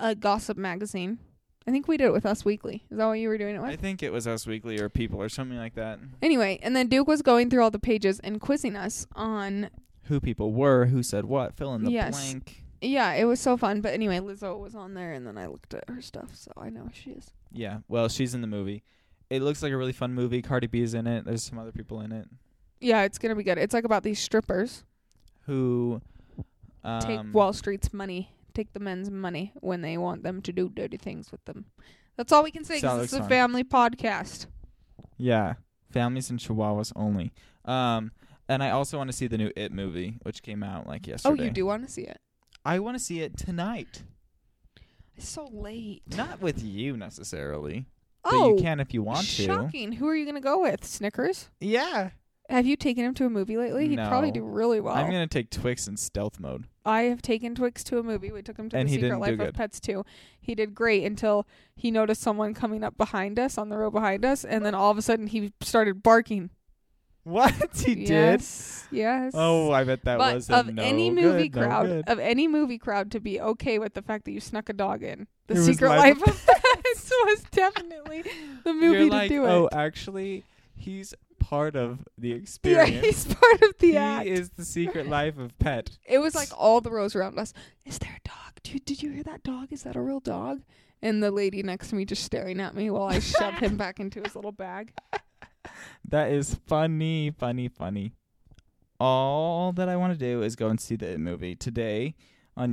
[SPEAKER 1] a gossip magazine. I think we did it with Us Weekly. Is that what you were doing it with?
[SPEAKER 2] I think it was Us Weekly or People or something like that.
[SPEAKER 1] Anyway, and then Duke was going through all the pages and quizzing us on.
[SPEAKER 2] Who people were, who said what, fill in the
[SPEAKER 1] Yes.
[SPEAKER 2] blank.
[SPEAKER 1] Yeah, it was so fun. But anyway, Lizzo was on there, and then I looked at her stuff, so I know she is.
[SPEAKER 2] Yeah, well, she's in the movie. It looks like a really fun movie. Cardi B's in it. There's some other people in it
[SPEAKER 1] Yeah, it's gonna be good. It's like about these strippers
[SPEAKER 2] who um,
[SPEAKER 1] take Wall Street's money, take the men's money when they want them to do dirty things with them. That's all we can say because
[SPEAKER 2] Sounds
[SPEAKER 1] it's
[SPEAKER 2] like
[SPEAKER 1] a
[SPEAKER 2] fun.
[SPEAKER 1] family podcast.
[SPEAKER 2] Yeah, families and Chihuahuas only. Um, and I also want to see the new It movie, which came out like yesterday.
[SPEAKER 1] Oh, you do want to see it?
[SPEAKER 2] I want to see it tonight.
[SPEAKER 1] It's so late.
[SPEAKER 2] Not with you necessarily,
[SPEAKER 1] oh,
[SPEAKER 2] but you can if you want to.
[SPEAKER 1] shocking! Who are you gonna go with? Snickers?
[SPEAKER 2] Yeah,
[SPEAKER 1] Have you taken him to a movie lately? He'd probably
[SPEAKER 2] No.
[SPEAKER 1] do really well.
[SPEAKER 2] I'm gonna take Twix in stealth mode.
[SPEAKER 1] I have taken Twix to a movie. We took him to
[SPEAKER 2] And
[SPEAKER 1] the
[SPEAKER 2] he
[SPEAKER 1] Secret
[SPEAKER 2] didn't
[SPEAKER 1] Life
[SPEAKER 2] do
[SPEAKER 1] of
[SPEAKER 2] good.
[SPEAKER 1] Pets 2. He did great until he noticed someone coming up behind us on the road behind us, and then all of a sudden he started barking.
[SPEAKER 2] What he did?
[SPEAKER 1] yes, Yes.
[SPEAKER 2] Oh, I bet that
[SPEAKER 1] but
[SPEAKER 2] was a
[SPEAKER 1] of
[SPEAKER 2] no
[SPEAKER 1] any
[SPEAKER 2] good,
[SPEAKER 1] movie
[SPEAKER 2] no
[SPEAKER 1] crowd,
[SPEAKER 2] good.
[SPEAKER 1] of any movie crowd, to be okay with the fact that you snuck a dog in, The
[SPEAKER 2] It was
[SPEAKER 1] Secret
[SPEAKER 2] Life
[SPEAKER 1] Life of Pets was definitely the movie
[SPEAKER 2] You're
[SPEAKER 1] to
[SPEAKER 2] like,
[SPEAKER 1] do it.
[SPEAKER 2] oh, actually, he's part of the
[SPEAKER 1] yeah,
[SPEAKER 2] experience.
[SPEAKER 1] he's part of the
[SPEAKER 2] he
[SPEAKER 1] act.
[SPEAKER 2] is the secret life of pet.
[SPEAKER 1] It was like all the rows around us. Is there a dog? Dude, did you hear that dog? Is that a real dog? And the lady next to me just staring at me while I shoved him back into his little bag.
[SPEAKER 2] That is funny, funny, funny. All that I want to do is go and see the It movie today on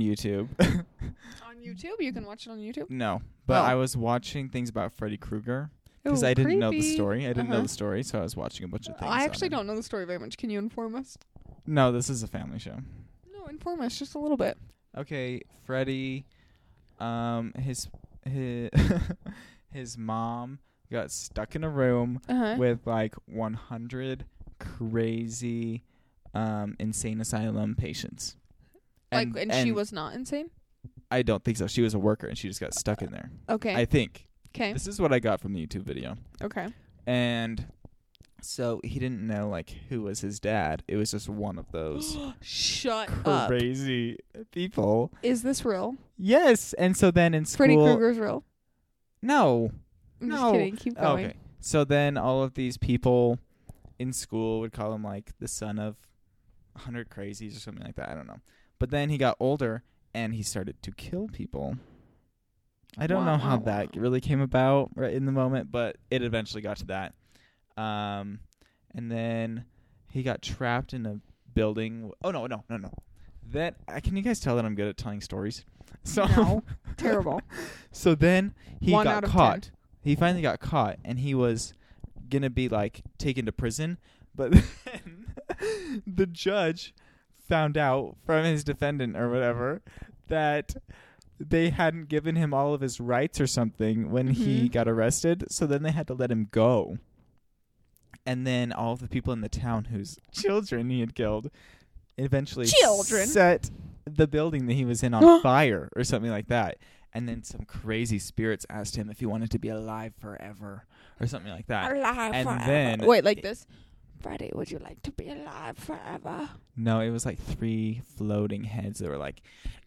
[SPEAKER 2] YouTube.
[SPEAKER 1] On YouTube, you can watch it on YouTube.
[SPEAKER 2] no, but
[SPEAKER 1] Oh.
[SPEAKER 2] I was watching things about Freddy Krueger because I didn't know the story. I didn't know
[SPEAKER 1] Uh-huh.
[SPEAKER 2] the story, so I was watching a bunch of things.
[SPEAKER 1] I
[SPEAKER 2] on
[SPEAKER 1] actually
[SPEAKER 2] it.
[SPEAKER 1] don't know the story very much. Can you inform us?
[SPEAKER 2] No, this is a family show.
[SPEAKER 1] No, inform us just a little bit.
[SPEAKER 2] Okay, Freddy, um, his his his mom got stuck in a room
[SPEAKER 1] Uh huh.
[SPEAKER 2] with like 100 crazy um insane asylum patients.
[SPEAKER 1] Like, and, she was not insane.
[SPEAKER 2] I don't think so. She was a worker and she just got stuck in there. I
[SPEAKER 1] Uh, Okay.
[SPEAKER 2] think.
[SPEAKER 1] Okay.
[SPEAKER 2] This is what I got from the YouTube video.
[SPEAKER 1] Okay.
[SPEAKER 2] And so he didn't know like who was his dad. It was just one of those
[SPEAKER 1] Shut up.
[SPEAKER 2] crazy people.
[SPEAKER 1] Is this real?
[SPEAKER 2] Yes. And so then in school
[SPEAKER 1] Freddy Krueger's real.
[SPEAKER 2] No.
[SPEAKER 1] I'm
[SPEAKER 2] No. Oh,
[SPEAKER 1] just kidding. Keep going.
[SPEAKER 2] Okay. So then all of these people in school would call him like the son of 100 crazies or something like that. I don't know. But then he got older and he started to kill people. I don't
[SPEAKER 1] Wow,
[SPEAKER 2] know how
[SPEAKER 1] wow,
[SPEAKER 2] that
[SPEAKER 1] wow.
[SPEAKER 2] really came about right in the moment, but it eventually got to that. Um, and then he got trapped in a building. Oh no, no, no, no. That I can you guys tell that I'm good at telling stories? So
[SPEAKER 1] No. Terrible.
[SPEAKER 2] so then he
[SPEAKER 1] One
[SPEAKER 2] got
[SPEAKER 1] out of
[SPEAKER 2] caught. He finally got caught, and he was gonna be like taken to prison. But then the judge found out from his defendant or whatever that they hadn't given him all of his rights or something when he
[SPEAKER 1] Mhm.
[SPEAKER 2] got arrested. So then they had to let him go. And then all of the people in the town whose children he had killed eventually
[SPEAKER 1] Children?
[SPEAKER 2] set the building that he was in on fire or something like that. And then some crazy spirits asked him if he wanted to be alive forever or something like that.
[SPEAKER 1] alive
[SPEAKER 2] and then-
[SPEAKER 1] wait like this Freddie, would you like to be alive forever
[SPEAKER 2] No, it was like three floating heads that were like,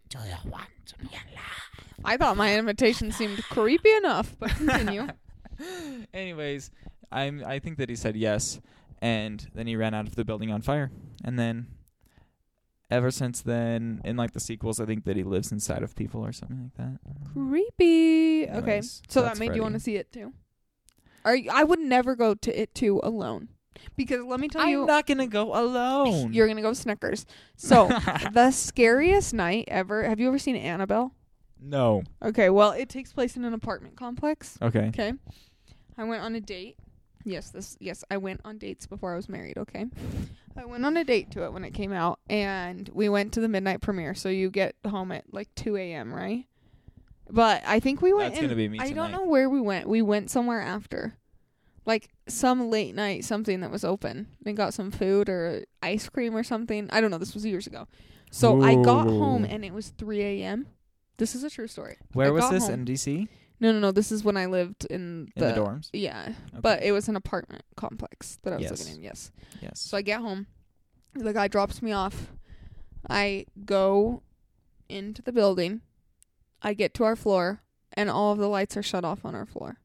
[SPEAKER 3] Do you want to be alive?
[SPEAKER 1] i thought my invitation seemed creepy enough but continue
[SPEAKER 2] Anyways, I'm I think that he said yes and then he ran out of the building on fire. And then ever since then in like the sequels I think that he lives inside of people or something like that.
[SPEAKER 1] creepy okay
[SPEAKER 2] Anyways,
[SPEAKER 1] so that
[SPEAKER 2] that's
[SPEAKER 1] made you want to
[SPEAKER 2] Freddy.
[SPEAKER 1] see it too Are you, i would never go to it too alone because let me tell
[SPEAKER 2] I'm
[SPEAKER 1] you
[SPEAKER 2] not going to go alone.
[SPEAKER 1] you're gonna go snickers so the scariest night ever have you ever seen annabelle
[SPEAKER 2] No.
[SPEAKER 1] okay well it takes place in an apartment complex
[SPEAKER 2] Okay.
[SPEAKER 1] Okay. I went on a date. Yes, this yes, I went on dates before I was married, okay? I went on a date to it when it came out and we went to the midnight premiere, so you get home at like two AM, right? But I think we went
[SPEAKER 2] That's gonna
[SPEAKER 1] in-
[SPEAKER 2] be me
[SPEAKER 1] I don't
[SPEAKER 2] tonight.
[SPEAKER 1] know where we went. We went somewhere after. like some late night something that was open and got some food or ice cream or something. I don't know. This was years ago. So I got home
[SPEAKER 2] Ooh.
[SPEAKER 1] and it was 3 a.m. This is a true story.
[SPEAKER 2] Where
[SPEAKER 1] I
[SPEAKER 2] was
[SPEAKER 1] got
[SPEAKER 2] this
[SPEAKER 1] home-
[SPEAKER 2] in DC?
[SPEAKER 1] No, no, no. This is when I lived in
[SPEAKER 2] In
[SPEAKER 1] the,
[SPEAKER 2] the, e dorms.
[SPEAKER 1] Yeah,
[SPEAKER 2] Okay.
[SPEAKER 1] but it was an apartment complex that I was
[SPEAKER 2] Yes.
[SPEAKER 1] living in. Yes.
[SPEAKER 2] yes.
[SPEAKER 1] So I get home. The guy drops me off. I go into the building. I get to our floor, and all of the lights are shut off on our floor.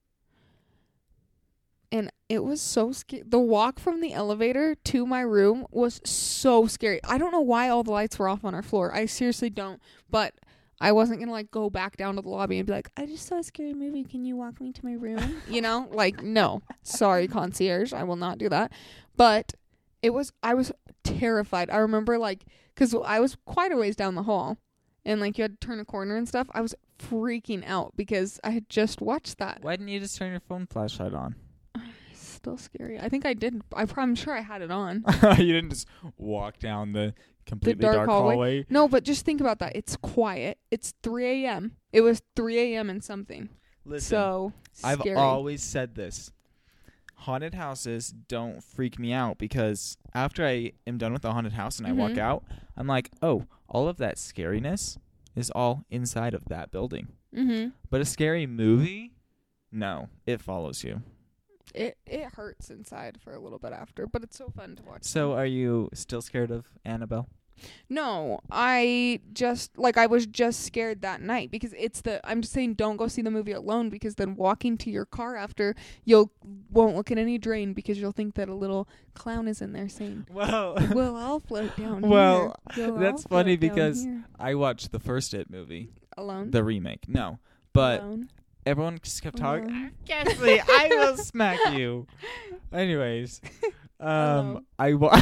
[SPEAKER 1] And it was so scary. The walk from the elevator to my room was so scary. I don't know why all the lights were off on our floor. I seriously don't. But I wasn't gonna like go back down to the lobby and be like, I just saw a scary movie. Can you walk me to my room? you know, like no, sorry, concierge, I will not do that. But it was I was terrified. I remember like because I was quite a ways down the hall, and like you had to turn a corner and stuff. I was freaking out because I had just watched that.
[SPEAKER 2] Why didn't you just turn your phone flashlight on?
[SPEAKER 1] It's still scary. I think I did. I, pro- I'm sure I had it on.
[SPEAKER 2] you didn't just walk down the completely
[SPEAKER 1] dark
[SPEAKER 2] dark,
[SPEAKER 1] hallway.
[SPEAKER 2] hallway.
[SPEAKER 1] No, but just think about that. It's quiet. It's 3 a.m. It was 3 a.m. and something.
[SPEAKER 2] Listen,
[SPEAKER 1] So
[SPEAKER 2] I've
[SPEAKER 1] scary.
[SPEAKER 2] always said this. Haunted houses don't freak me out because after I am done with the haunted house and I walk
[SPEAKER 1] Mhm.
[SPEAKER 2] out, I'm like, oh, all of that scariness is all inside of that building.
[SPEAKER 1] mm-hmm.
[SPEAKER 2] But a scary movie, no, it follows you.
[SPEAKER 1] It it hurts inside for a little bit after, but it's so fun to watch.
[SPEAKER 2] So uh, are you still scared of Annabelle?
[SPEAKER 1] No, I just like I was just scared that night because it's the I'm just saying don't go see the movie alone because then walking to your car after you'll won't look at any drain because you'll think that a little clown is in there saying,
[SPEAKER 2] Whoa.
[SPEAKER 1] "Well, I'll float down
[SPEAKER 2] Well,
[SPEAKER 1] here." Well,
[SPEAKER 2] that's
[SPEAKER 1] I'll
[SPEAKER 2] funny
[SPEAKER 1] float down
[SPEAKER 2] because
[SPEAKER 1] here."
[SPEAKER 2] I watched the first It movie,
[SPEAKER 1] alone,
[SPEAKER 2] the remake. No, but
[SPEAKER 1] alone,
[SPEAKER 2] everyone just kept talking.
[SPEAKER 1] alone.
[SPEAKER 2] Gasly, I will smack you. Anyways,
[SPEAKER 1] Hello.
[SPEAKER 2] um, I wa-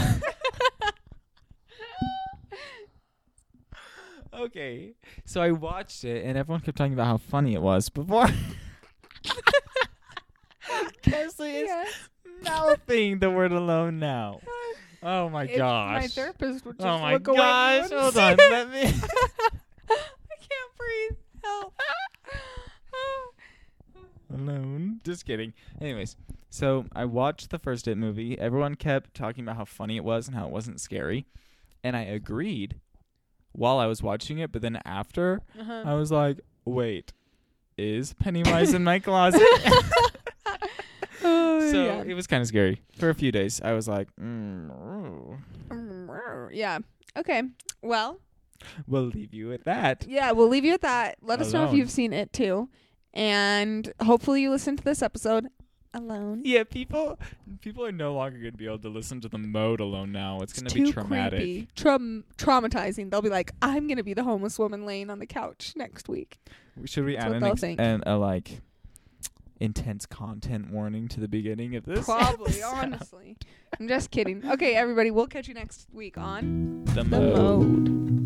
[SPEAKER 2] okay. So I watched it, and everyone kept talking about how funny it was before. Gasly is
[SPEAKER 1] Yes.
[SPEAKER 2] mouthing the word alone now. Oh my
[SPEAKER 1] If
[SPEAKER 2] gosh!
[SPEAKER 1] my therapist would just
[SPEAKER 2] oh my
[SPEAKER 1] look away.
[SPEAKER 2] gosh!
[SPEAKER 1] and
[SPEAKER 2] Hold
[SPEAKER 1] wouldn't
[SPEAKER 2] on,
[SPEAKER 1] see it.
[SPEAKER 2] let me.
[SPEAKER 1] I can't breathe. Help. Oh.
[SPEAKER 2] alone. Just kidding. Anyways, so I watched the first It movie. Everyone kept talking about how funny it was and how it wasn't scary, and I agreed while I was watching it. But then after, I was like, wait, is Pennywise in my closet?
[SPEAKER 1] Oh,
[SPEAKER 2] so
[SPEAKER 1] yeah.
[SPEAKER 2] it was kind of scary for a few days. I was like, mm, oh.
[SPEAKER 1] Mm-hmm. yeah. Okay. Well,
[SPEAKER 2] we'll leave you at that.
[SPEAKER 1] yeah, we'll leave you at that. Let us know if
[SPEAKER 2] Alone.
[SPEAKER 1] you've seen it too. And hopefully you listened to this episode alone.
[SPEAKER 2] Yeah, people people are no longer gonna be able to listen to the mode alone now. It's gonna
[SPEAKER 1] It's
[SPEAKER 2] be
[SPEAKER 1] too
[SPEAKER 2] traumatic.
[SPEAKER 1] creepy. Traum- traumatizing. They'll be like, I'm going to be the homeless woman laying on the couch next week.
[SPEAKER 2] Should we
[SPEAKER 1] That's
[SPEAKER 2] add
[SPEAKER 1] what
[SPEAKER 2] an
[SPEAKER 1] they'll
[SPEAKER 2] ex-
[SPEAKER 1] think.
[SPEAKER 2] and a like intense content warning to the beginning of this?
[SPEAKER 1] Probably,
[SPEAKER 2] episode?
[SPEAKER 1] honestly. I'm just kidding. Okay, everybody, we'll catch you next week on
[SPEAKER 2] The
[SPEAKER 1] The
[SPEAKER 2] mode.
[SPEAKER 1] Mode.